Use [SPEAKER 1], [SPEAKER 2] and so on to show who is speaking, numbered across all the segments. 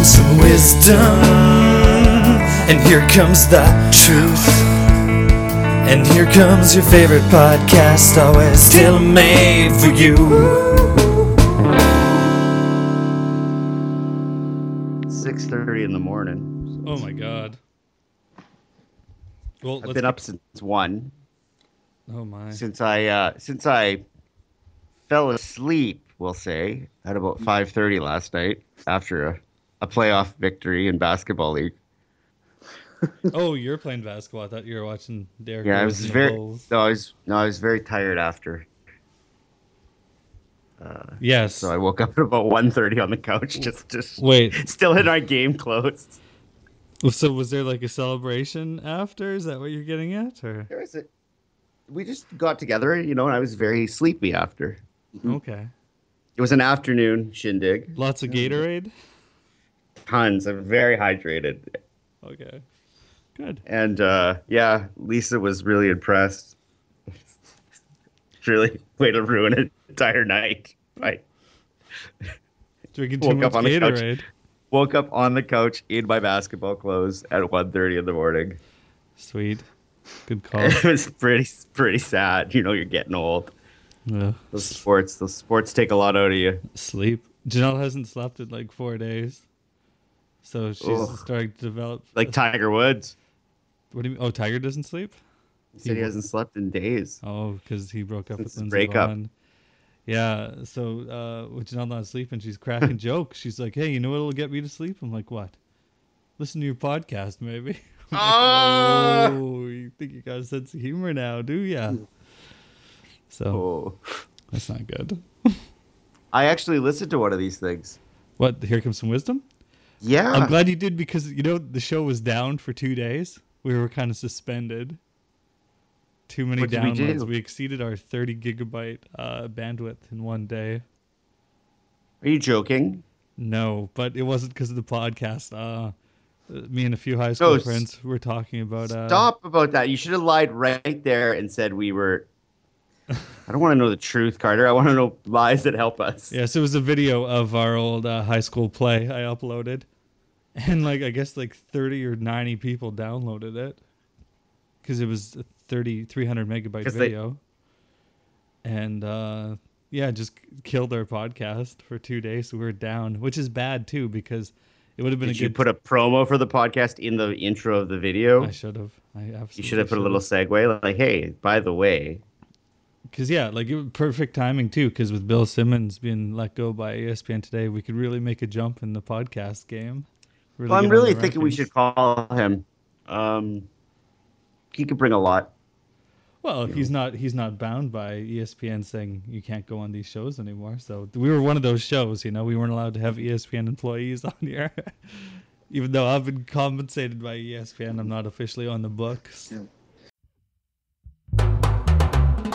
[SPEAKER 1] is done. And here comes the truth. And here comes your favorite podcast, always still made for you.
[SPEAKER 2] 6.30 in the morning.
[SPEAKER 3] Oh my god. Well,
[SPEAKER 2] I've
[SPEAKER 3] let's,
[SPEAKER 2] been up since 1.
[SPEAKER 3] oh my.
[SPEAKER 2] Since I, uh, since I fell asleep, we'll say, at
[SPEAKER 3] Mm.
[SPEAKER 2] about 5.30 last night after a, a playoff victory in basketball league.
[SPEAKER 3] Oh, you're playing basketball. I thought you were watching Derek.
[SPEAKER 2] Yeah, I
[SPEAKER 3] Rose
[SPEAKER 2] was
[SPEAKER 3] and the
[SPEAKER 2] very,
[SPEAKER 3] Bulls.
[SPEAKER 2] no, I was, no, I was very tired after. Uh,
[SPEAKER 3] Yes.
[SPEAKER 2] so I woke up at about 1.30 on the couch, just, just
[SPEAKER 3] Wait.
[SPEAKER 2] still in our game clothes.
[SPEAKER 3] So was there like a celebration after? Is that what you're getting at? Or
[SPEAKER 2] There was a, we just got together, you know, and I was very sleepy after.
[SPEAKER 3] okay,
[SPEAKER 2] It was an afternoon shindig.
[SPEAKER 3] lots of Gatorade.
[SPEAKER 2] Tons. I'm very hydrated.
[SPEAKER 3] Okay, good.
[SPEAKER 2] And uh, yeah, Lisa was really impressed. really way to ruin an entire night. I
[SPEAKER 3] Drinking too
[SPEAKER 2] Woke
[SPEAKER 3] much
[SPEAKER 2] up on the couch.
[SPEAKER 3] Gatorade.
[SPEAKER 2] woke up on the couch in my basketball clothes at 1.30 in the morning.
[SPEAKER 3] Sweet. Good call.
[SPEAKER 2] it was pretty pretty sad. You know, you're getting old.
[SPEAKER 3] Ugh.
[SPEAKER 2] Those sports, those sports take a lot out of you.
[SPEAKER 3] Sleep. Janelle hasn't slept in like four days, so she's
[SPEAKER 2] Ugh.
[SPEAKER 3] starting to develop.
[SPEAKER 2] Like Tiger Woods.
[SPEAKER 3] what do you mean? Oh, Tiger doesn't sleep.
[SPEAKER 2] He said he hasn't slept in days.
[SPEAKER 3] Oh, because he broke
[SPEAKER 2] Since
[SPEAKER 3] up with
[SPEAKER 2] his
[SPEAKER 3] Lindsay
[SPEAKER 2] breakup.
[SPEAKER 3] Lohan. Yeah, so uh, with Janelle not sleeping, she's cracking jokes. She's like, "Hey, you know what'll get me to sleep?" I'm like, "What? Listen to your podcast, maybe." I'm like,
[SPEAKER 2] Ah! Mm.
[SPEAKER 3] oh, you think you got a sense of humor now, do ya? So
[SPEAKER 2] Oh.
[SPEAKER 3] that's not good.
[SPEAKER 2] I actually listened to one of these things.
[SPEAKER 3] What? Here comes some wisdom.
[SPEAKER 2] Yeah.
[SPEAKER 3] I'm glad you did because you know the show was down for two days. We were kind of suspended. Too many
[SPEAKER 2] What did we
[SPEAKER 3] downloads.
[SPEAKER 2] do?
[SPEAKER 3] we exceeded our 30 gigabyte uh, bandwidth in one day.
[SPEAKER 2] Are you joking?
[SPEAKER 3] No, but it wasn't because of the podcast. Uh, me and a few high school
[SPEAKER 2] s-
[SPEAKER 3] friends were talking about. Uh,
[SPEAKER 2] Stop about that. You should have lied right there and said we were. I don't want to know the truth, Carter. I want to know lies that help us.
[SPEAKER 3] Yes, it was a video of our old uh, high school play I uploaded, and like I guess like thirty or ninety people downloaded it, because it was a 30, 300 megabyte
[SPEAKER 2] 'Cause they-
[SPEAKER 3] video. And uh, yeah, just c- killed our podcast for two days. we were down, which is bad too because it would have been
[SPEAKER 2] Did
[SPEAKER 3] a
[SPEAKER 2] you
[SPEAKER 3] good.
[SPEAKER 2] put a promo for the podcast in the intro of the video?
[SPEAKER 3] I should have. I absolutely
[SPEAKER 2] You should have put a
[SPEAKER 3] should've.
[SPEAKER 2] little segue like, "Hey, by the way,
[SPEAKER 3] Because yeah, like it was perfect timing too. Because with Bill Simmons being let go by E ESPN today, we could really make a jump in the podcast game. Really
[SPEAKER 2] well, I'm
[SPEAKER 3] get on
[SPEAKER 2] really
[SPEAKER 3] the
[SPEAKER 2] thinking we
[SPEAKER 3] rankings.
[SPEAKER 2] should call him. Um, he could bring a lot."
[SPEAKER 3] Well, if
[SPEAKER 2] you
[SPEAKER 3] he's not he's not bound by E ESPN saying you can't go on these shows anymore. So we were one of those shows. You know, we weren't allowed to have E ESPN employees on here, even though I've been compensated by E ESPN. I'm not officially on the books.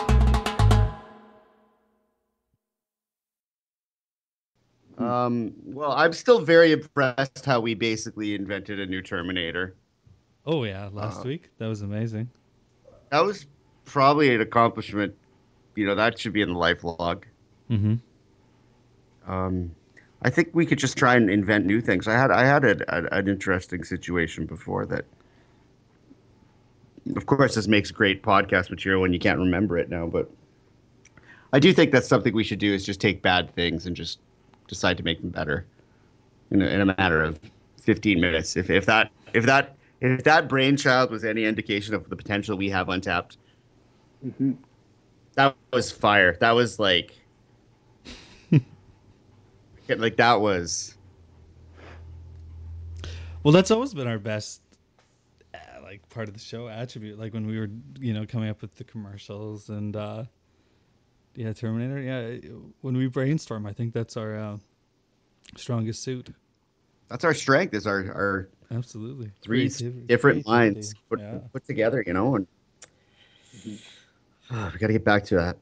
[SPEAKER 3] Hmm.
[SPEAKER 2] Um, well, I'm still very impressed how we basically invented a new Terminator.
[SPEAKER 3] Oh yeah, last
[SPEAKER 2] Uh,
[SPEAKER 3] week that was amazing.
[SPEAKER 2] That was probably an accomplishment. You know, that should be in the life log.
[SPEAKER 3] Mm-hmm.
[SPEAKER 2] Um, I think we could just try and invent new things. I had I had a, a, an interesting situation before that. Of course, this makes great podcast material when you can't remember it now. But I do think that's something we should do: is just take bad things and just decide to make them better in a, in a matter of fifteen minutes. If if that if that if that brainchild was any indication of the potential we have untapped, that was fire. That was like yeah, like that was
[SPEAKER 3] Well, that's always been our best, uh, like part of the show attribute. Like when we were, you know, coming up with the commercials and, uh, yeah, Terminator. Yeah, when we brainstorm, I think that's our uh, strongest suit.
[SPEAKER 2] that's our strength is our our
[SPEAKER 3] Absolutely.
[SPEAKER 2] three s-
[SPEAKER 3] Creativ-
[SPEAKER 2] different
[SPEAKER 3] creativity.
[SPEAKER 2] lines put,
[SPEAKER 3] Yeah.
[SPEAKER 2] put together you know and we got to get back to that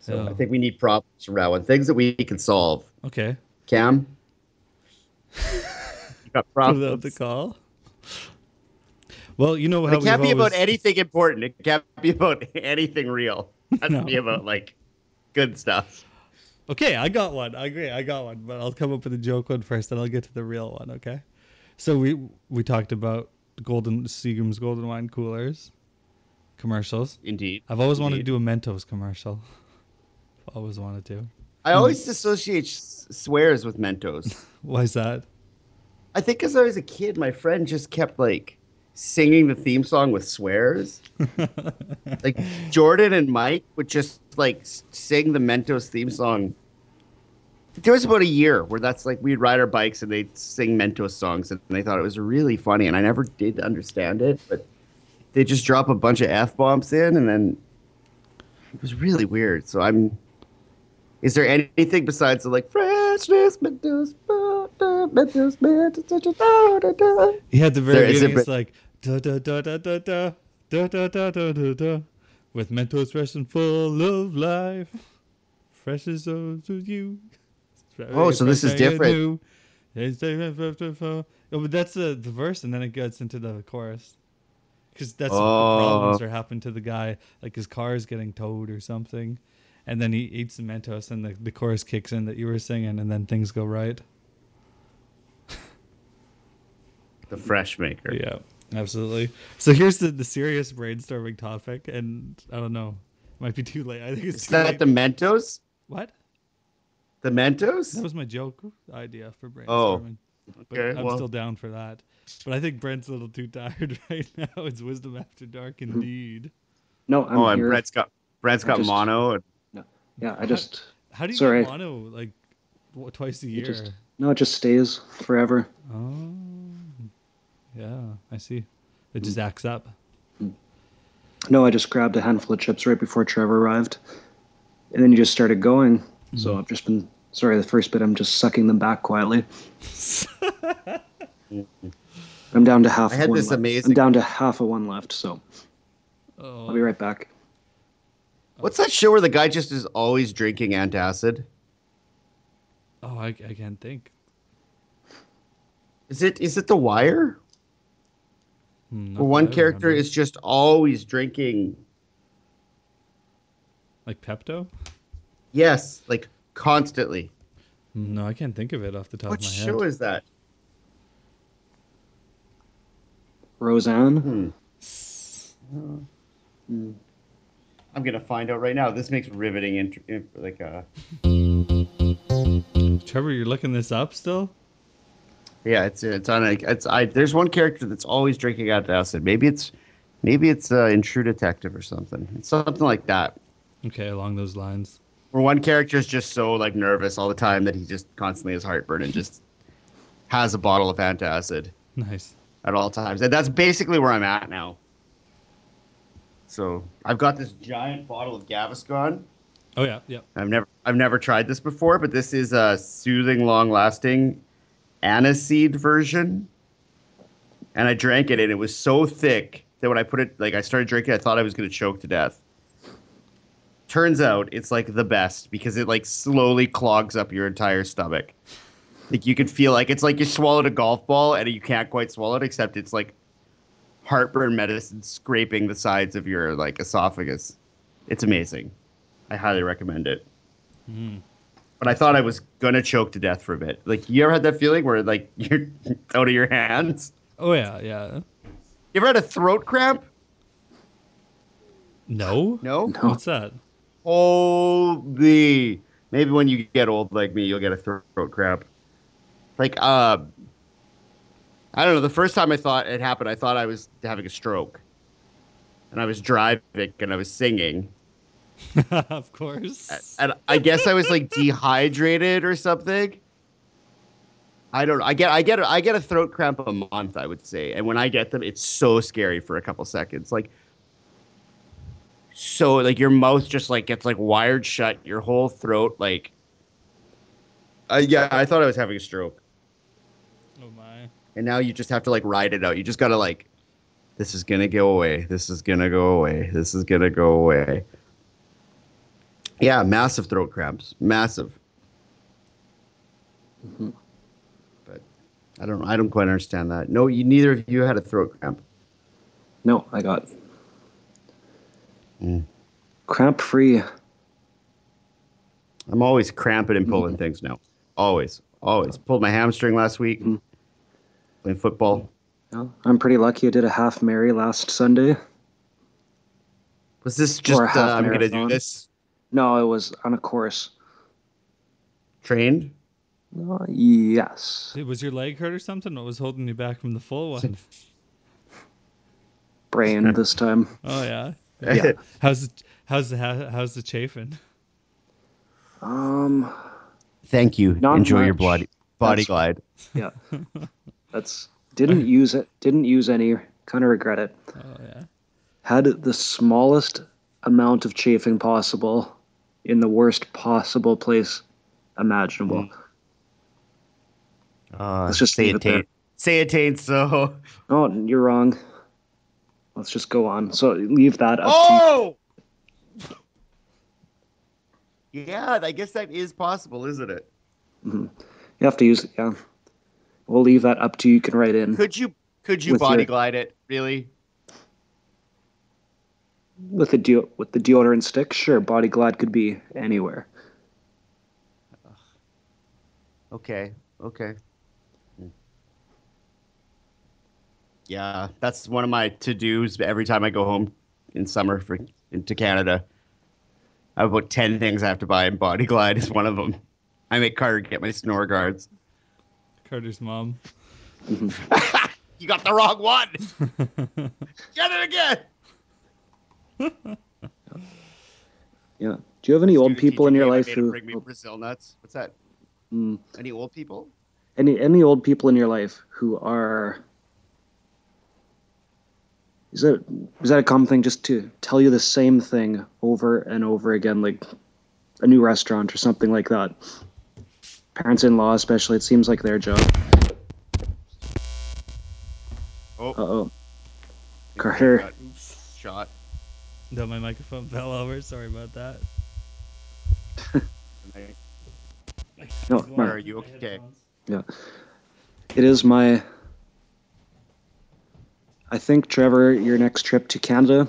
[SPEAKER 2] so
[SPEAKER 3] Yeah.
[SPEAKER 2] i think we need problems from that one things that we can solve
[SPEAKER 3] Okay.
[SPEAKER 2] cam you got
[SPEAKER 3] Without
[SPEAKER 2] problems
[SPEAKER 3] the call. Well, you know
[SPEAKER 2] But
[SPEAKER 3] how
[SPEAKER 2] it can't
[SPEAKER 3] we've
[SPEAKER 2] be about
[SPEAKER 3] always-
[SPEAKER 2] anything important it can't be about anything real it has
[SPEAKER 3] No.
[SPEAKER 2] to be about like good stuff
[SPEAKER 3] Okay, I got one. I agree. I got one, but I'll come up with a joke one first, then I'll get to the real one. Okay. So we we talked about Golden Seagram's Golden Wine coolers commercials.
[SPEAKER 2] Indeed.
[SPEAKER 3] I've always wanted to
[SPEAKER 2] Indeed.
[SPEAKER 3] do a Mentos commercial. I've always wanted to.
[SPEAKER 2] I always associate s- swears with Mentos.
[SPEAKER 3] Why is that?
[SPEAKER 2] I think as I was a kid, my friend just kept like singing the theme song with swears. like Jordan and Mike would just like s- sing the Mentos theme song. There was about a year where that's like we'd ride our bikes and they'd sing Mentos songs and they thought it was really funny and I never did understand it, but they just drop a bunch of f bombs in and then it was really weird. So I'm. Is there anything besides the like freshness Mentos, Mentos, Mentos, Mentos, da, da, da.
[SPEAKER 3] Yeah, at the very
[SPEAKER 2] There is a
[SPEAKER 3] beginning, it's
[SPEAKER 2] bit-
[SPEAKER 3] like da da da da da da da da da da da da, with Mentos fresh and full of life, fresh as those with you.
[SPEAKER 2] Oh, so this is
[SPEAKER 3] Fresh and
[SPEAKER 2] different.
[SPEAKER 3] new. It's different, fresh and uh, full. Oh, but that's the, the verse, and then it gets into the chorus, because that's what the problems
[SPEAKER 2] Oh.
[SPEAKER 3] are happening to the guy. Like his car is getting towed or something, and then he eats the Mentos, and the, the chorus kicks in that you were singing, and then things go right.
[SPEAKER 2] The fresh maker.
[SPEAKER 3] Yeah, absolutely. So here's the, the serious brainstorming topic, and I don't know, might be too late. I think it's
[SPEAKER 2] Is
[SPEAKER 3] too late.
[SPEAKER 2] that the Mentos?
[SPEAKER 3] what?
[SPEAKER 2] The
[SPEAKER 3] That
[SPEAKER 2] Mentos?
[SPEAKER 3] was my joke idea for brainstorming. but
[SPEAKER 2] Oh, okay,
[SPEAKER 3] I'm
[SPEAKER 2] well.
[SPEAKER 3] still down for that. But I think Brent's a little too tired right now. It's wisdom after dark,
[SPEAKER 2] Hmm.
[SPEAKER 3] indeed.
[SPEAKER 4] No, I'm
[SPEAKER 2] oh, and
[SPEAKER 4] here.
[SPEAKER 2] Brett's got Brett's
[SPEAKER 4] I
[SPEAKER 2] got
[SPEAKER 4] just-
[SPEAKER 2] mono. And,
[SPEAKER 4] yeah, I just
[SPEAKER 3] How do you
[SPEAKER 4] Sorry.
[SPEAKER 3] get mono like w- twice a
[SPEAKER 4] it
[SPEAKER 3] year?
[SPEAKER 4] just no, it just stays forever.
[SPEAKER 3] Oh, yeah, I see. It
[SPEAKER 2] Hmm.
[SPEAKER 3] just acts up.
[SPEAKER 4] No, I just grabbed a handful of chips right before Trevor arrived, and then you just started going. So I've just been sorry. The first bit, I'm just sucking them back quietly. I'm down to half.
[SPEAKER 2] I had
[SPEAKER 4] one
[SPEAKER 2] this
[SPEAKER 4] left.
[SPEAKER 2] amazing-
[SPEAKER 4] I'm down to half a one left. So I'll be
[SPEAKER 3] Oh,
[SPEAKER 4] right back.
[SPEAKER 2] what's that show where the guy just is always drinking antacid?
[SPEAKER 3] oh, I, I can't think.
[SPEAKER 2] Is it is it The Wire?
[SPEAKER 3] Hmm,
[SPEAKER 2] Where
[SPEAKER 3] not that
[SPEAKER 2] one
[SPEAKER 3] I
[SPEAKER 2] character
[SPEAKER 3] remember.
[SPEAKER 2] is just always drinking.
[SPEAKER 3] like Pepto.
[SPEAKER 2] Yes, like constantly.
[SPEAKER 3] Hmm, No, I can't think of it off the top
[SPEAKER 2] What
[SPEAKER 3] of my
[SPEAKER 2] show
[SPEAKER 3] head.
[SPEAKER 2] is that?
[SPEAKER 4] Roseanne.
[SPEAKER 2] Hmm. Uh, I'm gonna find out right now. This makes riveting, int- in- like uh,
[SPEAKER 3] Trevor, you're looking this up still?
[SPEAKER 2] yeah, it's it's on a, it's I. There's one character that's always drinking antacid. Maybe it's, maybe it's uh, in True Detective or something. It's something like that.
[SPEAKER 3] Okay, along those lines.
[SPEAKER 2] where one character is just so like nervous all the time that he just constantly has heartburn and just has a bottle of antacid
[SPEAKER 3] Nice.
[SPEAKER 2] at all times. And that's basically where I'm at now. So I've got this giant bottle of Gaviscon.
[SPEAKER 3] Oh yeah, yeah.
[SPEAKER 2] I've never I've never tried this before, but this is a soothing, long-lasting aniseed version. And I drank it, and it was so thick that when I put it, like I started drinking, I thought I was going to choke to death. Turns out it's like the best because it like slowly clogs up your entire stomach. Like you can feel like it's like you swallowed a golf ball and you can't quite swallow it, except it's like heartburn medicine scraping the sides of your like esophagus. It's amazing. I highly recommend it.
[SPEAKER 3] Mm.
[SPEAKER 2] But I thought I was gonna choke to death for a bit. Like you ever had that feeling where like you're out of your hands?
[SPEAKER 3] Oh yeah, yeah.
[SPEAKER 2] You ever had a throat cramp?
[SPEAKER 3] No?
[SPEAKER 2] No.
[SPEAKER 4] No.
[SPEAKER 3] What's that?
[SPEAKER 2] Holy. Maybe when you get old like me, you'll get a throat cramp. Like uh, I don't know. The first time I thought it happened, I thought I was having a stroke, and I was driving and I was singing,
[SPEAKER 3] of course.
[SPEAKER 4] Uh,
[SPEAKER 2] and I guess I was like dehydrated or something. I don't know. I get I get I get a throat cramp a month, I would say. And when I get them, it's so scary for a couple seconds. Like so like your mouth just like gets like wired shut, your whole throat like uh, yeah, I thought I was having a stroke.
[SPEAKER 3] oh my.
[SPEAKER 2] And now you just have to like ride it out. You just got to like this is going to go away. This is going to go away. This is going to go away. Yeah, massive throat cramps. Massive.
[SPEAKER 4] Mhm.
[SPEAKER 2] but I don't I don't quite understand that. No, you neither of you had a throat cramp.
[SPEAKER 4] No, I got
[SPEAKER 2] Mm.
[SPEAKER 4] cramp free.
[SPEAKER 2] I'm always
[SPEAKER 4] Mm-hmm. Mm-hmm.
[SPEAKER 2] cramping and pulling things now. Always, always pulled my hamstring last week.
[SPEAKER 4] Mm.
[SPEAKER 2] playing football.
[SPEAKER 4] Well, I'm pretty lucky I did a half Mary last Sunday.
[SPEAKER 2] Was this just
[SPEAKER 4] a
[SPEAKER 2] uh,
[SPEAKER 4] half
[SPEAKER 2] I'm going to do
[SPEAKER 4] marathon.
[SPEAKER 2] this?
[SPEAKER 4] No, it was on a course.
[SPEAKER 2] Trained?
[SPEAKER 4] No, Uh, yes.
[SPEAKER 3] Did- Was your leg hurt or something? What was holding you back from the full one?
[SPEAKER 4] Brain this time.
[SPEAKER 3] Oh yeah.
[SPEAKER 4] Yeah.
[SPEAKER 3] How's the how's the how- how's the chafing?
[SPEAKER 4] Um,
[SPEAKER 2] Thank you.
[SPEAKER 4] Not
[SPEAKER 2] Enjoy your
[SPEAKER 4] much.
[SPEAKER 2] body body
[SPEAKER 4] That's-
[SPEAKER 2] glide.
[SPEAKER 4] yeah. That's didn't use it. Didn't use any. Kind of regret it.
[SPEAKER 3] Oh yeah.
[SPEAKER 4] Had the smallest amount of chafing possible, in the worst possible place imaginable.
[SPEAKER 2] Uh,
[SPEAKER 4] Let's just
[SPEAKER 2] say it
[SPEAKER 4] leave it there.
[SPEAKER 2] taint. Say it taint. So.
[SPEAKER 4] Oh, you're wrong. Let's just go on. So leave that up. to
[SPEAKER 2] Oh. Yeah, I guess that is possible, isn't it?
[SPEAKER 4] You have to use. Yeah. We'll leave that up to you. Can write in
[SPEAKER 2] Could you could you
[SPEAKER 4] With your-
[SPEAKER 2] body glide it? Really?
[SPEAKER 4] with the de- with the deodorant stick. Sure, Body Glide could be anywhere.
[SPEAKER 2] Okay. Okay. Yeah, that's one of my to dos every time I go home in summer for into Canada. I have about ten things I have to buy, and Body Glide is one of them. I make Carter get my snore guards.
[SPEAKER 3] Carter's mom.
[SPEAKER 2] You got the wrong one. get it again.
[SPEAKER 4] Yeah. Do you have any old
[SPEAKER 2] Stupid
[SPEAKER 4] people in
[SPEAKER 2] teacher
[SPEAKER 4] your
[SPEAKER 2] came and
[SPEAKER 4] life
[SPEAKER 2] made him
[SPEAKER 4] who
[SPEAKER 2] bring me Brazil nuts? What's that?
[SPEAKER 4] Mm.
[SPEAKER 2] Any old people?
[SPEAKER 4] any any old people in your life who are is that is that a common thing just to tell you the same thing over and over again like a new restaurant or something like that parents in law especially it seems like their job
[SPEAKER 2] Oh.
[SPEAKER 4] uh-oh Carter.
[SPEAKER 2] Got Shot.
[SPEAKER 3] No, my microphone fell over. Sorry about that.
[SPEAKER 4] no,
[SPEAKER 2] Or
[SPEAKER 4] no
[SPEAKER 2] are you okay?
[SPEAKER 4] Yeah. It is my. I think, Trevor, your next trip to Canada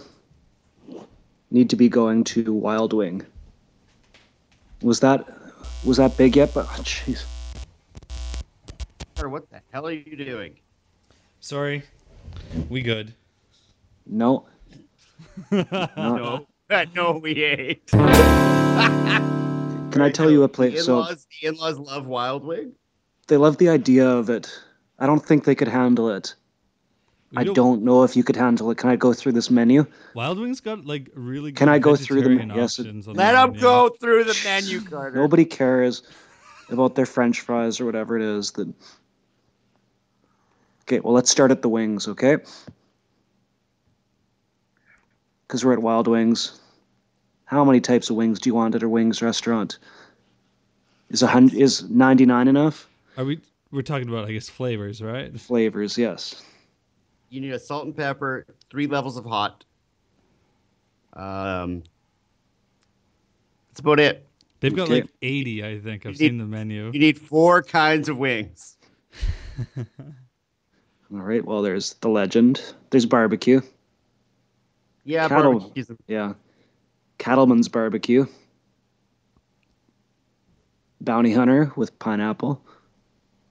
[SPEAKER 4] need to be going to Wild Wing. Was that was that big yet? But oh, jeez,
[SPEAKER 2] Carter, what the hell are you doing?
[SPEAKER 3] Sorry. We good.
[SPEAKER 4] no,
[SPEAKER 2] No, no, we ain't.
[SPEAKER 4] Can I tell you a place?
[SPEAKER 2] The
[SPEAKER 4] So Mm,
[SPEAKER 2] in-laws, the in-laws love Wild Wing.
[SPEAKER 4] they love the idea of it. I don't think they could handle it.
[SPEAKER 3] We
[SPEAKER 4] I don't know if you could handle it. Can I go through this menu?
[SPEAKER 3] Wild Wings got like really.
[SPEAKER 4] Can
[SPEAKER 3] good
[SPEAKER 4] I go through them?
[SPEAKER 3] vegetarian
[SPEAKER 4] Yes, it-
[SPEAKER 3] options on
[SPEAKER 2] Let
[SPEAKER 3] the
[SPEAKER 2] them
[SPEAKER 3] menu.
[SPEAKER 2] go through the menu, Carter.
[SPEAKER 4] Nobody cares about their French fries or whatever it is. That okay. Well, let's start at the wings, okay? Because we're at Wild Wings. How many types of wings do you want at a wings restaurant? Is a hundred is ninety nine enough
[SPEAKER 3] Are we? We're talking about I guess flavors, right?
[SPEAKER 4] flavors? Yes.
[SPEAKER 2] You need a salt and pepper, three levels of hot. Um, that's about it.
[SPEAKER 3] They've got
[SPEAKER 4] Okay.
[SPEAKER 3] like 80, I think. I've
[SPEAKER 2] You
[SPEAKER 3] seen the menu.
[SPEAKER 2] You need four kinds of wings.
[SPEAKER 4] All right. Well, there's the legend. There's barbecue.
[SPEAKER 2] Yeah,
[SPEAKER 4] Cattle.
[SPEAKER 2] barbecue's the
[SPEAKER 4] Yeah. Cattleman's barbecue. Bounty hunter with pineapple.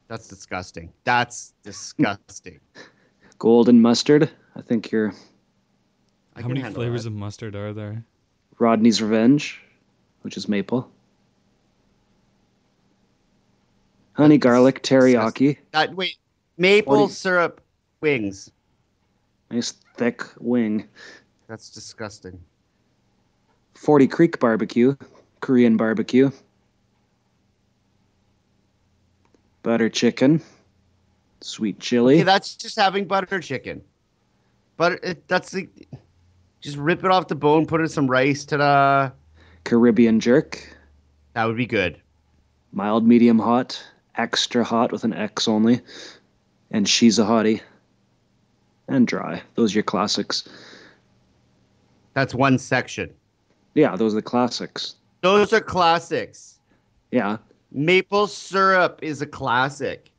[SPEAKER 2] That's disgusting. That's disgusting.
[SPEAKER 4] Golden mustard. I think you're
[SPEAKER 2] I
[SPEAKER 3] How
[SPEAKER 2] can
[SPEAKER 3] many
[SPEAKER 2] handle
[SPEAKER 3] flavors
[SPEAKER 2] that.
[SPEAKER 3] of mustard are there?
[SPEAKER 4] Rodney's Revenge, which is maple. Honey garlic teriyaki,
[SPEAKER 2] That- wait, maple
[SPEAKER 4] Forty-
[SPEAKER 2] syrup wings.
[SPEAKER 4] nice thick wing.
[SPEAKER 2] That's disgusting.
[SPEAKER 4] Forty Creek barbecue, Korean barbecue. Butter chicken, sweet chili.
[SPEAKER 2] Okay, that's just having butter chicken. But it, that's the, just rip it off the bone, put in some rice. Ta-da!
[SPEAKER 4] Caribbean jerk,
[SPEAKER 2] That would be good.
[SPEAKER 4] mild, medium hot, extra hot with an X only, and she's a hottie. And dry. Those are your classics.
[SPEAKER 2] That's one section.
[SPEAKER 4] Yeah, those are the classics.
[SPEAKER 2] Those are classics.
[SPEAKER 4] Yeah.
[SPEAKER 2] Maple syrup is a classic.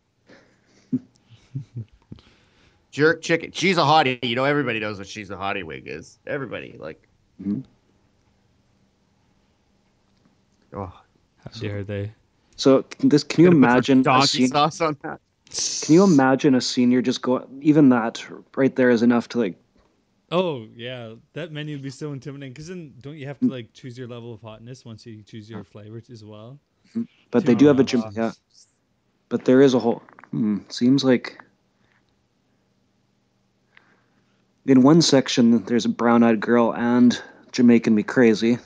[SPEAKER 2] Jerk chicken. She's a hottie. You know, everybody knows what she's a hottie wing is. Everybody like.
[SPEAKER 4] Mhm.
[SPEAKER 2] Oh,
[SPEAKER 3] How dare they?
[SPEAKER 4] So can this can you
[SPEAKER 2] gonna put some
[SPEAKER 4] imagine a
[SPEAKER 2] donkey
[SPEAKER 4] scene,
[SPEAKER 2] sauce on that?
[SPEAKER 4] Can you imagine a senior just go? Even that right there is enough to like.
[SPEAKER 3] Oh yeah, that menu would be so intimidating. Because then don't you have to like choose your level of hotness once you choose your flavors as well?
[SPEAKER 4] But they
[SPEAKER 3] Two
[SPEAKER 4] do have a gym.
[SPEAKER 3] hot
[SPEAKER 4] Yeah.
[SPEAKER 3] dogs.
[SPEAKER 4] But there is a whole. Hmm, seems like. In one section, there's a brown eyed girl and Jamaican Me Crazy.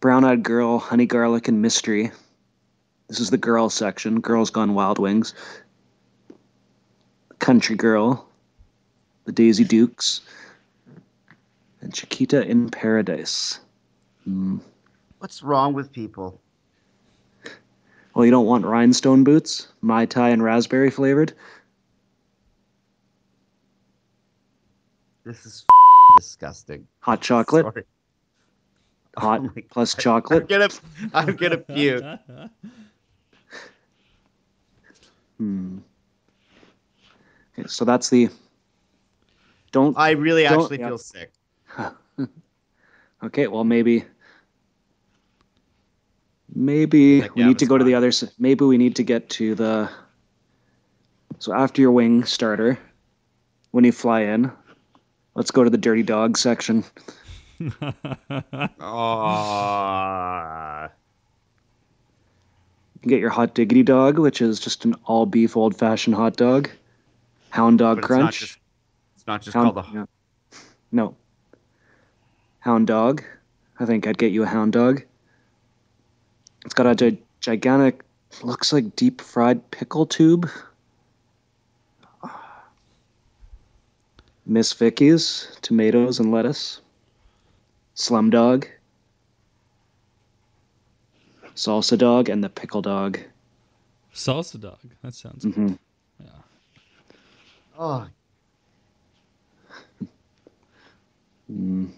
[SPEAKER 4] Brown eyed girl, honey garlic, and mystery. This is the girl section. Girls Gone Wild Wings. Country Girl. The Daisy Dukes. And Chiquita in Paradise. Hmm.
[SPEAKER 2] What's wrong with people?
[SPEAKER 4] Well, you don't want rhinestone boots, Mai Tai and raspberry flavored.
[SPEAKER 2] This is disgusting.
[SPEAKER 4] Hot chocolate,
[SPEAKER 2] Sorry.
[SPEAKER 4] hot
[SPEAKER 2] Oh my
[SPEAKER 4] plus
[SPEAKER 2] I'm
[SPEAKER 4] chocolate.
[SPEAKER 2] gonna, I'm gonna puke.
[SPEAKER 4] Hmm. Okay, so that's the. Don't.
[SPEAKER 2] I really
[SPEAKER 4] Don't-
[SPEAKER 2] actually
[SPEAKER 4] yeah.
[SPEAKER 2] feel sick.
[SPEAKER 4] Okay, well maybe. Maybe
[SPEAKER 2] Like
[SPEAKER 4] we need to go to the
[SPEAKER 2] Gaviscon.
[SPEAKER 4] other. s- Maybe we need to get to the. So after your wing starter, when you fly in, let's go to the dirty dog section.
[SPEAKER 2] Ah,
[SPEAKER 4] You can get your hot diggity dog, which is just an all beef old fashioned hot dog. Hound dog
[SPEAKER 2] But it's not
[SPEAKER 4] crunch.
[SPEAKER 2] just- it's not just
[SPEAKER 4] hound,
[SPEAKER 2] called the.
[SPEAKER 4] yeah. No. Hound dog. I think I'd get you a hound dog. It's got a gi- gigantic, looks like deep fried pickle tube. Miss Vicky's tomatoes and lettuce. Slum dog. Salsa dog and the pickle dog.
[SPEAKER 3] Salsa dog. That sounds.
[SPEAKER 2] Mm.
[SPEAKER 4] hmm
[SPEAKER 2] Oh,
[SPEAKER 4] Mm.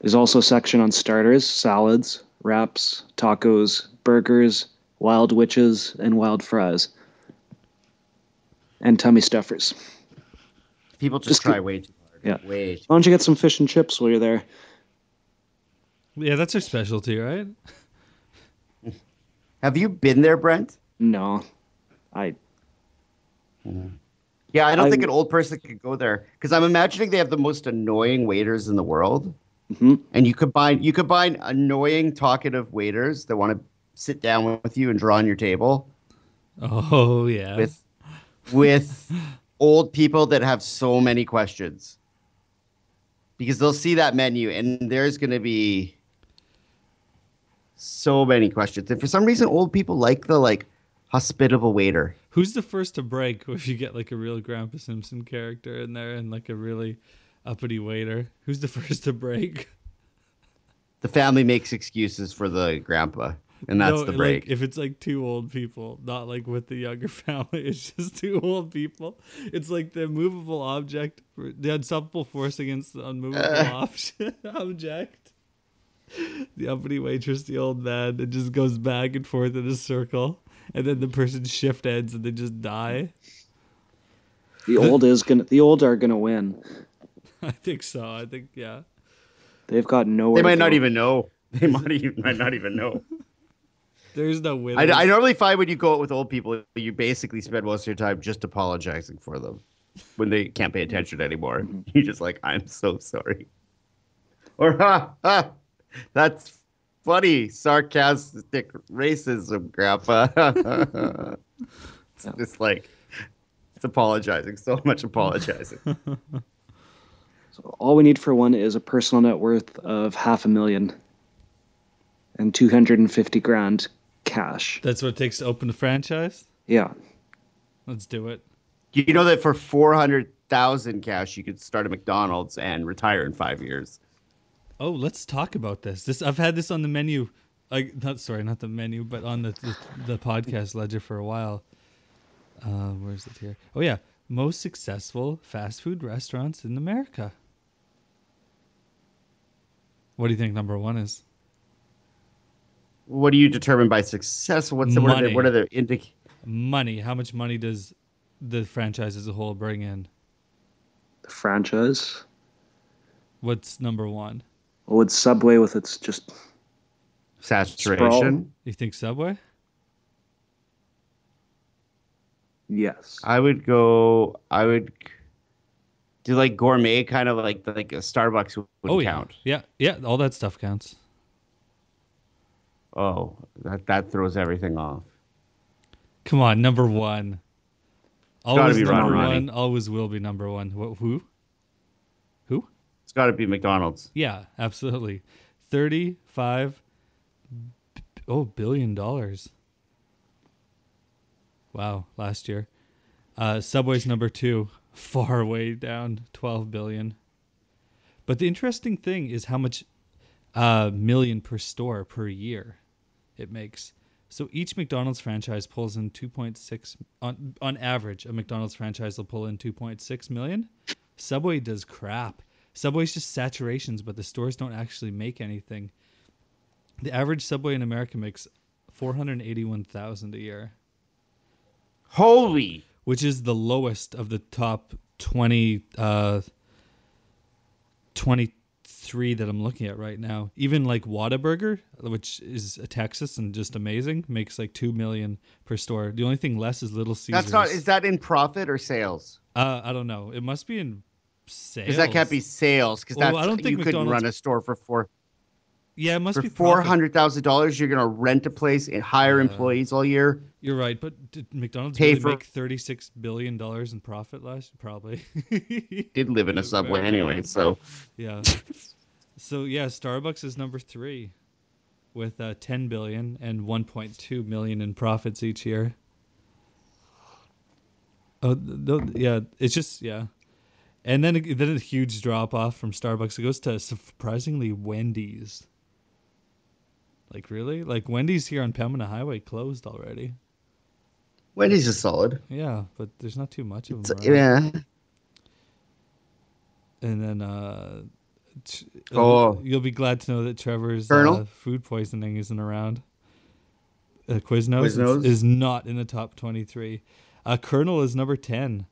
[SPEAKER 4] There's also a section on starters, salads, wraps, tacos, burgers, wild witches, and wild fries. And tummy stuffers.
[SPEAKER 2] people just,
[SPEAKER 4] Just
[SPEAKER 2] try
[SPEAKER 4] keep-
[SPEAKER 2] way too hard.
[SPEAKER 4] Yeah.
[SPEAKER 2] Way too.
[SPEAKER 4] Why don't you get some fish and chips while you're there?
[SPEAKER 3] Yeah, that's her specialty, right?
[SPEAKER 2] Have you been there, Brent?
[SPEAKER 4] No. I
[SPEAKER 2] Yeah, I don't
[SPEAKER 4] I-
[SPEAKER 2] think an old person could go there because I'm imagining they have the most annoying waiters in the world.
[SPEAKER 4] Mhm.
[SPEAKER 2] And you combine you combine annoying, talkative waiters that want to sit down with you and draw on your table
[SPEAKER 3] Oh yeah.
[SPEAKER 2] with with old people that have so many questions because they'll see that menu and there's going to be so many questions and for some reason old people like the like hospitable waiter
[SPEAKER 3] Who's the first to break if you get like a real Grandpa Simpson character in there and like a really uppity waiter? Who's the first to break?
[SPEAKER 2] the family makes excuses for the grandpa and that's
[SPEAKER 3] No,
[SPEAKER 2] the
[SPEAKER 3] like,
[SPEAKER 2] break
[SPEAKER 3] if it's like two old people, not like with the younger family, it's just two old people. It's like the movable object, the unstoppable force against the unmovable
[SPEAKER 2] Uh.
[SPEAKER 3] obj- object. The uppity waitress, the old man, it just goes back and forth in a circle, and then the person's shift ends and they just die.
[SPEAKER 4] the old is gonna the old are gonna win.
[SPEAKER 3] I think so. I think yeah.
[SPEAKER 4] They've got nowhere.
[SPEAKER 2] they
[SPEAKER 4] to
[SPEAKER 2] might not
[SPEAKER 4] go.
[SPEAKER 2] even know they might, even, might not even know
[SPEAKER 3] There's no winner.
[SPEAKER 2] I, I normally find when you go out with old people you basically spend most of your time just apologizing for them when they can't pay attention anymore you're just like i'm so sorry or ha ha that's funny sarcastic racism grandpa it's just like it's apologizing so much apologizing
[SPEAKER 4] So all we need for one is a personal net worth of half a million and two hundred and fifty grand cash.
[SPEAKER 3] That's what it takes to open a franchise.
[SPEAKER 4] Yeah.
[SPEAKER 3] Let's do it.
[SPEAKER 2] Do you know that for 400000 cash you could start a mcdonald's and retire in five years
[SPEAKER 3] Oh, let's talk about this. This I've had this on the menu. I not sorry, not the menu, but on the the, the podcast ledger for a while. Uh, where's it here? Oh yeah, most successful fast food restaurants in America. What do you think number one is?
[SPEAKER 2] what do you determine by success what's the, what are the,
[SPEAKER 3] Money.
[SPEAKER 2] what are the indicators
[SPEAKER 3] Money. How much money does the franchise as a whole bring in?
[SPEAKER 4] The franchise.
[SPEAKER 3] What's number one?
[SPEAKER 4] Well, with Subway, with its just
[SPEAKER 2] saturation.
[SPEAKER 3] You think Subway?
[SPEAKER 4] Yes.
[SPEAKER 2] I would go. I would do like gourmet, kind of like like a Starbucks would
[SPEAKER 3] oh yeah.
[SPEAKER 2] count.
[SPEAKER 3] Yeah, yeah, all that stuff counts.
[SPEAKER 2] Oh, that that throws everything off.
[SPEAKER 3] Come on, number one.
[SPEAKER 2] gotta
[SPEAKER 3] Always
[SPEAKER 2] be Ron
[SPEAKER 3] number
[SPEAKER 2] Ronnie.
[SPEAKER 3] one. Always will be number one. What? Who? Who?
[SPEAKER 2] It's got to be McDonald's.
[SPEAKER 3] Yeah, absolutely. Thirty-five. b- Oh, billion dollars. Wow, last year. Uh, Subway's number two, far way down, twelve billion. But the interesting thing is how much uh, million per store per year it makes. So each McDonald's franchise pulls in 2.6 on on average. A McDonald's franchise will pull in 2.6 million. Subway does crap. Subway's just saturations, but the stores don't actually make anything. The average Subway in America makes 481,000 a year,
[SPEAKER 2] Holy!
[SPEAKER 3] which is the lowest of the top 20 uh 23 that I'm looking at right now. Even like Whataburger, which is a Texas and just amazing, makes like 2 million per store. The only thing less is Little Caesars.
[SPEAKER 2] That's not. Is that in profit or sales?
[SPEAKER 3] uh, I don't know. It must be in sales.
[SPEAKER 2] Because that can't be sales. Because
[SPEAKER 3] Well,
[SPEAKER 2] that's
[SPEAKER 3] I don't think
[SPEAKER 2] you couldn't
[SPEAKER 3] McDonald's-
[SPEAKER 2] run a store for four
[SPEAKER 3] Yeah, it must
[SPEAKER 2] for
[SPEAKER 3] be
[SPEAKER 2] four
[SPEAKER 3] profit.
[SPEAKER 2] hundred thousand dollars. You're gonna rent a place and hire
[SPEAKER 3] Yeah.
[SPEAKER 2] employees all year.
[SPEAKER 3] You're right, but did McDonald's
[SPEAKER 2] Pay
[SPEAKER 3] really
[SPEAKER 2] for-
[SPEAKER 3] make thirty-six billion dollars in profit last? Probably.
[SPEAKER 2] Did live in a subway anyway, so
[SPEAKER 3] yeah. So yeah, Starbucks is number three, with uh, ten billion and one point two million in profits each year. Oh th- th- yeah, it's just yeah, and then it- then a huge drop off from Starbucks. It goes to surprisingly Wendy's. Like really? Like Wendy's here on Pemina Highway closed already.
[SPEAKER 2] Wendy's is solid.
[SPEAKER 3] Yeah, but there's not too much of
[SPEAKER 2] It's-
[SPEAKER 3] them. around.
[SPEAKER 2] yeah,
[SPEAKER 3] And then, uh, tr-
[SPEAKER 2] Oh.
[SPEAKER 3] you'll be glad to know that Trevor's
[SPEAKER 2] Colonel?
[SPEAKER 3] uh, food poisoning isn't around. Uh, Quiznos, is-
[SPEAKER 2] Quiznos?
[SPEAKER 3] Is, not in the top 23. Uh, Colonel is number 10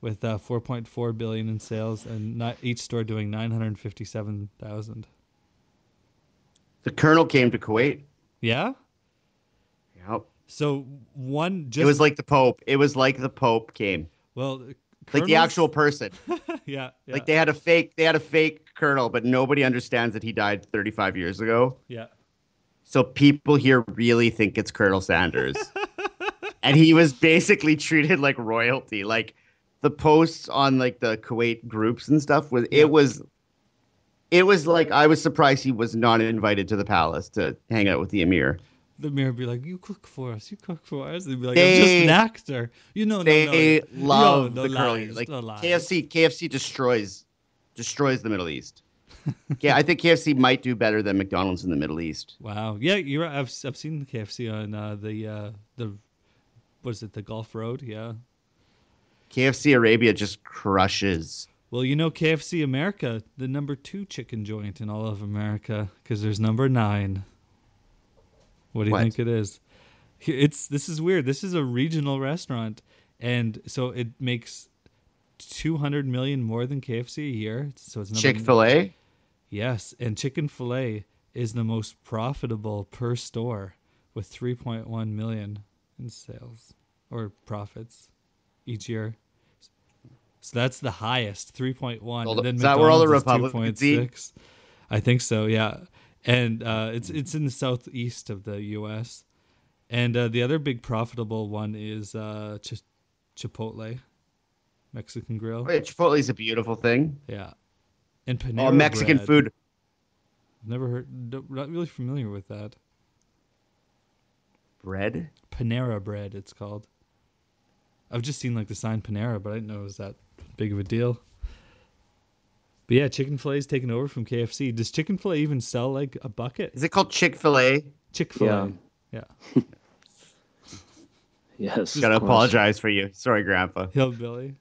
[SPEAKER 3] with uh, 4.4 billion in sales and not each store doing 957,000.
[SPEAKER 2] the Colonel came to Kuwait.
[SPEAKER 3] Yeah.
[SPEAKER 2] Yep.
[SPEAKER 3] So one just
[SPEAKER 2] it was like the Pope. It was like the Pope came,
[SPEAKER 3] well,
[SPEAKER 2] like the actual person.
[SPEAKER 3] yeah, yeah,
[SPEAKER 2] Like they had a fake, they had a fake colonel, but nobody understands that he died 35 years ago.
[SPEAKER 3] yeah.
[SPEAKER 2] So people here really think it's Colonel Sanders, and he was basically treated like royalty. Like the posts on like the Kuwait groups and stuff was
[SPEAKER 3] Yeah.
[SPEAKER 2] it was. It was like I was surprised he was not invited to the palace to hang out with the emir.
[SPEAKER 3] The mirror would be like, "You cook for us. You cook for us." They'd be like, "I'm just
[SPEAKER 2] They-
[SPEAKER 3] an actor." You know, no, no,
[SPEAKER 2] They
[SPEAKER 3] no,
[SPEAKER 2] love
[SPEAKER 3] no
[SPEAKER 2] the curly.
[SPEAKER 3] lies,
[SPEAKER 2] Like
[SPEAKER 3] no lies.
[SPEAKER 2] KFC, KFC destroys destroys the Middle East. yeah, I think KFC might do better than McDonald's in the Middle East.
[SPEAKER 3] Wow. Yeah, you're. right. I've I've seen the KFC on uh, the uh, the what is it? The Gulf Road. Yeah.
[SPEAKER 2] KFC Arabia just crushes.
[SPEAKER 3] Well, you know KFC America, the number two chicken joint in all of America, because there's number nine. What do you
[SPEAKER 2] What?
[SPEAKER 3] think it is? Here- It's this is weird. This is a regional restaurant, and so it makes two hundred million more than KFC a year. So it's number
[SPEAKER 2] Chick Fil A.
[SPEAKER 3] Yes, and chicken fillet is the most profitable per store with 3.1 million in sales or profits each year. So that's the highest, 3.1.
[SPEAKER 2] Hold
[SPEAKER 3] and
[SPEAKER 2] up,
[SPEAKER 3] then
[SPEAKER 2] is that where all the
[SPEAKER 3] McDonald's
[SPEAKER 2] Republicans
[SPEAKER 3] is
[SPEAKER 2] eat?
[SPEAKER 3] 2.6. I think so, yeah. And uh, it's it's in the southeast of the U.S. And uh, the other big profitable one is uh, Ch- Chipotle, Mexican grill.
[SPEAKER 2] Chipotle is a beautiful thing.
[SPEAKER 3] Yeah. And Panera
[SPEAKER 2] Oh, Mexican
[SPEAKER 3] bread.
[SPEAKER 2] food.
[SPEAKER 3] Never heard. d- Not really familiar with that.
[SPEAKER 2] Bread.
[SPEAKER 3] Panera bread, it's called. I've just seen like the sign Panera, but I didn't know it was that big of a deal. But yeah, Chicken Filet's taken over from KFC. Does Chicken Filet even sell like a bucket?
[SPEAKER 2] Is it called Chick Fil A?
[SPEAKER 3] Chick Fil A.
[SPEAKER 4] Yeah.
[SPEAKER 3] Yeah.
[SPEAKER 4] Yes.
[SPEAKER 2] Gotta
[SPEAKER 4] of course.
[SPEAKER 2] apologize for you. Sorry, Grandpa.
[SPEAKER 3] Hillbilly.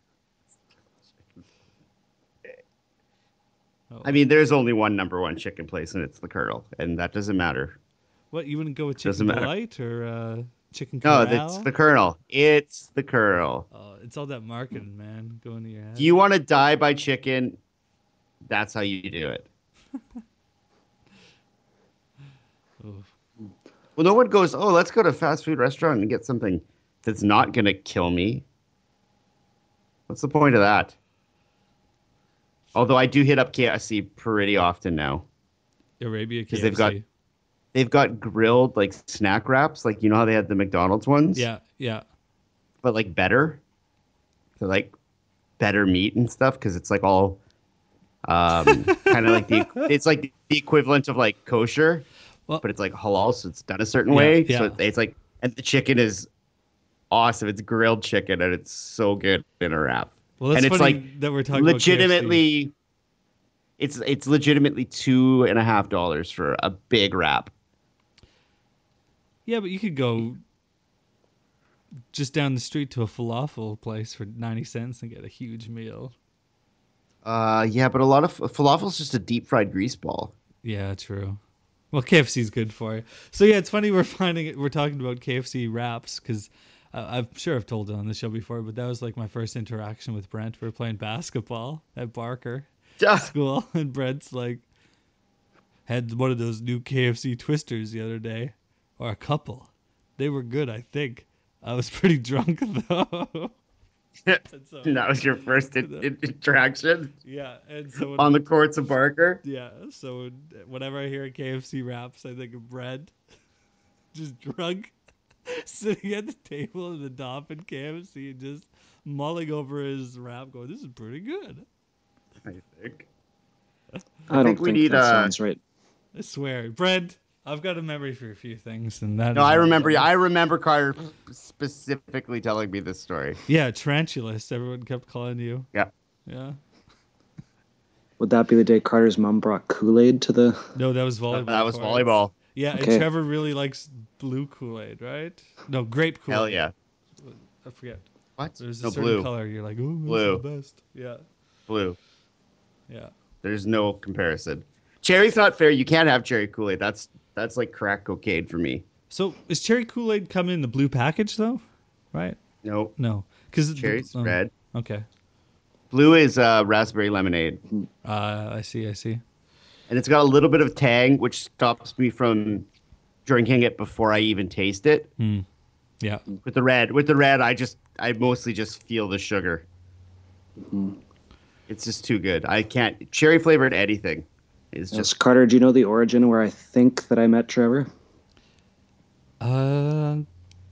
[SPEAKER 3] Oh.
[SPEAKER 2] I mean, there's only one number one chicken place, and it's the Colonel, and that doesn't matter.
[SPEAKER 3] what you wouldn't go with
[SPEAKER 2] Doesn't
[SPEAKER 3] Chicken
[SPEAKER 2] matter.
[SPEAKER 3] Filet or uh, Chicken
[SPEAKER 2] No,
[SPEAKER 3] Corral?
[SPEAKER 2] that's the Colonel. It's the Colonel.
[SPEAKER 3] Oh, it's all that marketing, man, going to your head.
[SPEAKER 2] Do you want to die by chicken? That's how you do it.
[SPEAKER 3] Oof.
[SPEAKER 2] Well, no one goes, oh, let's go to a fast food restaurant and get something that's not going to kill me, what's the point of that? Although I do hit up KFC pretty often now.
[SPEAKER 3] Arabia KFC.
[SPEAKER 2] 'Cause they've got- They've got grilled like snack wraps, like you know how they had the McDonald's ones,
[SPEAKER 3] yeah, yeah.
[SPEAKER 2] but like better. They're like better meat and stuff because it's like all um, kind of like the it's like the equivalent of like kosher,
[SPEAKER 3] Well-
[SPEAKER 2] but it's like halal, so it's done a certain
[SPEAKER 3] Yeah,
[SPEAKER 2] way.
[SPEAKER 3] yeah.
[SPEAKER 2] So it's like and the chicken is awesome. It's grilled chicken and it's so good in a wrap.
[SPEAKER 3] Well, that's
[SPEAKER 2] and it's
[SPEAKER 3] funny
[SPEAKER 2] like
[SPEAKER 3] that we're talking about KFC.
[SPEAKER 2] legitimately it's it's legitimately two and a half dollars for a big wrap
[SPEAKER 3] Yeah, but you could go just down the street to a falafel place for ninety cents and get a huge meal.
[SPEAKER 2] uh yeah but a lot of falafel's just a deep fried grease ball
[SPEAKER 3] Yeah, true. Well, KFC's good for you. So yeah, it's funny we're finding it, we're talking about KFC wraps because uh, I'm sure I've told it on the show before, but that was like my first interaction with Brent. We were playing basketball at Barker School, and Brent's like had one of those new KFC twisters the other day, or a couple. They were good, I think. I was pretty drunk though. And so-
[SPEAKER 2] that was your first in- in- interaction
[SPEAKER 3] yeah, and so when-
[SPEAKER 2] on the courts of barker
[SPEAKER 3] Yeah, so whenever I hear KFC wraps, I think of bread, just drunk, sitting at the table in the Dop and KFC, and just mulling over his wrap, going, "This is pretty good."
[SPEAKER 2] i think
[SPEAKER 4] I, don't
[SPEAKER 2] think
[SPEAKER 4] think,
[SPEAKER 2] we need,
[SPEAKER 4] that
[SPEAKER 2] uh,
[SPEAKER 4] sounds right.
[SPEAKER 3] I swear, Brent, I've got a memory for a few things, and that.
[SPEAKER 2] no
[SPEAKER 3] is
[SPEAKER 2] i
[SPEAKER 3] one of
[SPEAKER 2] remember
[SPEAKER 3] them.
[SPEAKER 2] i remember carter specifically telling me this story
[SPEAKER 3] Yeah, tarantulas. Everyone kept calling you.
[SPEAKER 2] Yeah.
[SPEAKER 3] Yeah.
[SPEAKER 4] Would that be the day Carter's mom brought Kool Aid to the?
[SPEAKER 3] No, that was volleyball.
[SPEAKER 2] that was
[SPEAKER 3] courts.
[SPEAKER 2] volleyball
[SPEAKER 3] Yeah,
[SPEAKER 4] Okay.
[SPEAKER 3] and Trevor really likes blue Kool Aid, right? No, grape Kool Aid.
[SPEAKER 2] hell yeah
[SPEAKER 3] I forget.
[SPEAKER 2] what
[SPEAKER 3] There's a
[SPEAKER 2] no
[SPEAKER 3] certain
[SPEAKER 2] blue
[SPEAKER 3] color. You're like, ooh,
[SPEAKER 2] Blue.
[SPEAKER 3] blue. the best. Yeah.
[SPEAKER 2] blue
[SPEAKER 3] Yeah.
[SPEAKER 2] There's no comparison. Cherry's not fair. You can't have cherry Kool Aid. That's that's like crack cocaine for me.
[SPEAKER 3] So is cherry Kool Aid come in the blue package though? Right?
[SPEAKER 2] No,
[SPEAKER 3] No, because
[SPEAKER 2] cherry's red.
[SPEAKER 3] Okay.
[SPEAKER 2] Blue is uh, raspberry lemonade,
[SPEAKER 3] Uh, I see. I see.
[SPEAKER 2] and it's got a little bit of tang, which stops me from drinking it before I even taste it.
[SPEAKER 3] Yeah.
[SPEAKER 2] With the red, with the red, I just I mostly just feel the sugar. Mm-hmm. It's just too good. I can't cherry flavored anything. It's
[SPEAKER 4] Just
[SPEAKER 2] just
[SPEAKER 4] Carter. Do you know the origin where I think that I met Trevor?
[SPEAKER 3] Uh,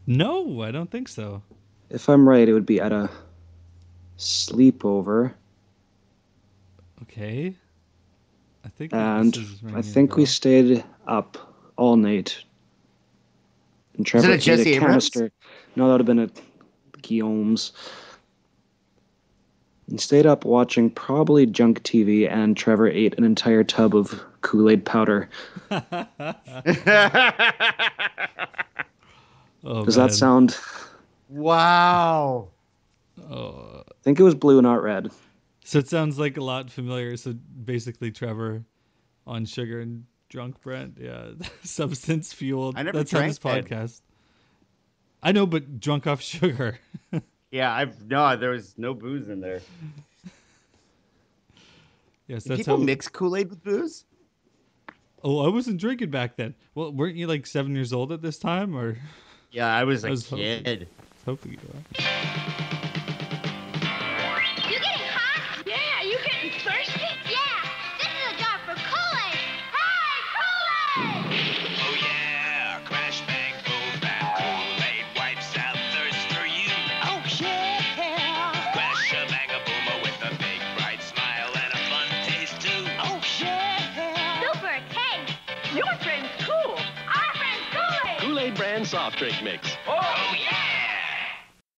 [SPEAKER 3] no, I don't think so.
[SPEAKER 4] If I'm right, it would be at a sleepover,
[SPEAKER 3] Okay. I think.
[SPEAKER 4] and I think we stayed up all night. And Trevor
[SPEAKER 2] it
[SPEAKER 4] ate a
[SPEAKER 2] Jesse Abrams?
[SPEAKER 4] canister. No, that would have been at Guillaume's. And stayed up watching probably junk TV, and Trevor ate an entire tub of Kool Aid powder. Does that sound?
[SPEAKER 2] wow.
[SPEAKER 3] Oh.
[SPEAKER 4] I think it was blue, not red.
[SPEAKER 3] So it sounds like a lot familiar. So basically, Trevor on sugar and drunk Brent. Yeah, substance fueled.
[SPEAKER 2] I never
[SPEAKER 3] That's on
[SPEAKER 2] drank
[SPEAKER 3] this
[SPEAKER 2] then.
[SPEAKER 3] podcast. I know, but drunk off sugar.
[SPEAKER 2] Yeah, I've no. There was no booze in there.
[SPEAKER 3] yes,
[SPEAKER 2] Do
[SPEAKER 3] that's
[SPEAKER 2] people
[SPEAKER 3] how.
[SPEAKER 2] mix Kool Aid with booze?
[SPEAKER 3] Oh, I wasn't drinking back then. Well, weren't you like seven years old at this time, or
[SPEAKER 2] Yeah, I was a
[SPEAKER 3] I was hoping.
[SPEAKER 2] kid.
[SPEAKER 3] hopefully you were?
[SPEAKER 5] You getting hot? Yeah. You getting thirsty? Yeah. This is a job for Kool-Aid. Hey, Kool-Aid!
[SPEAKER 6] Oh yeah, crash bang boom bang, Kool-Aid wipes out thirst for you. Oh yeah, crash a bang a boomer with a big bright smile and a fun taste too. Oh yeah.
[SPEAKER 5] Super taste. Your friend's cool. Our friend's Kool-Aid.
[SPEAKER 6] Kool-Aid brand soft drink mix. Oh yeah.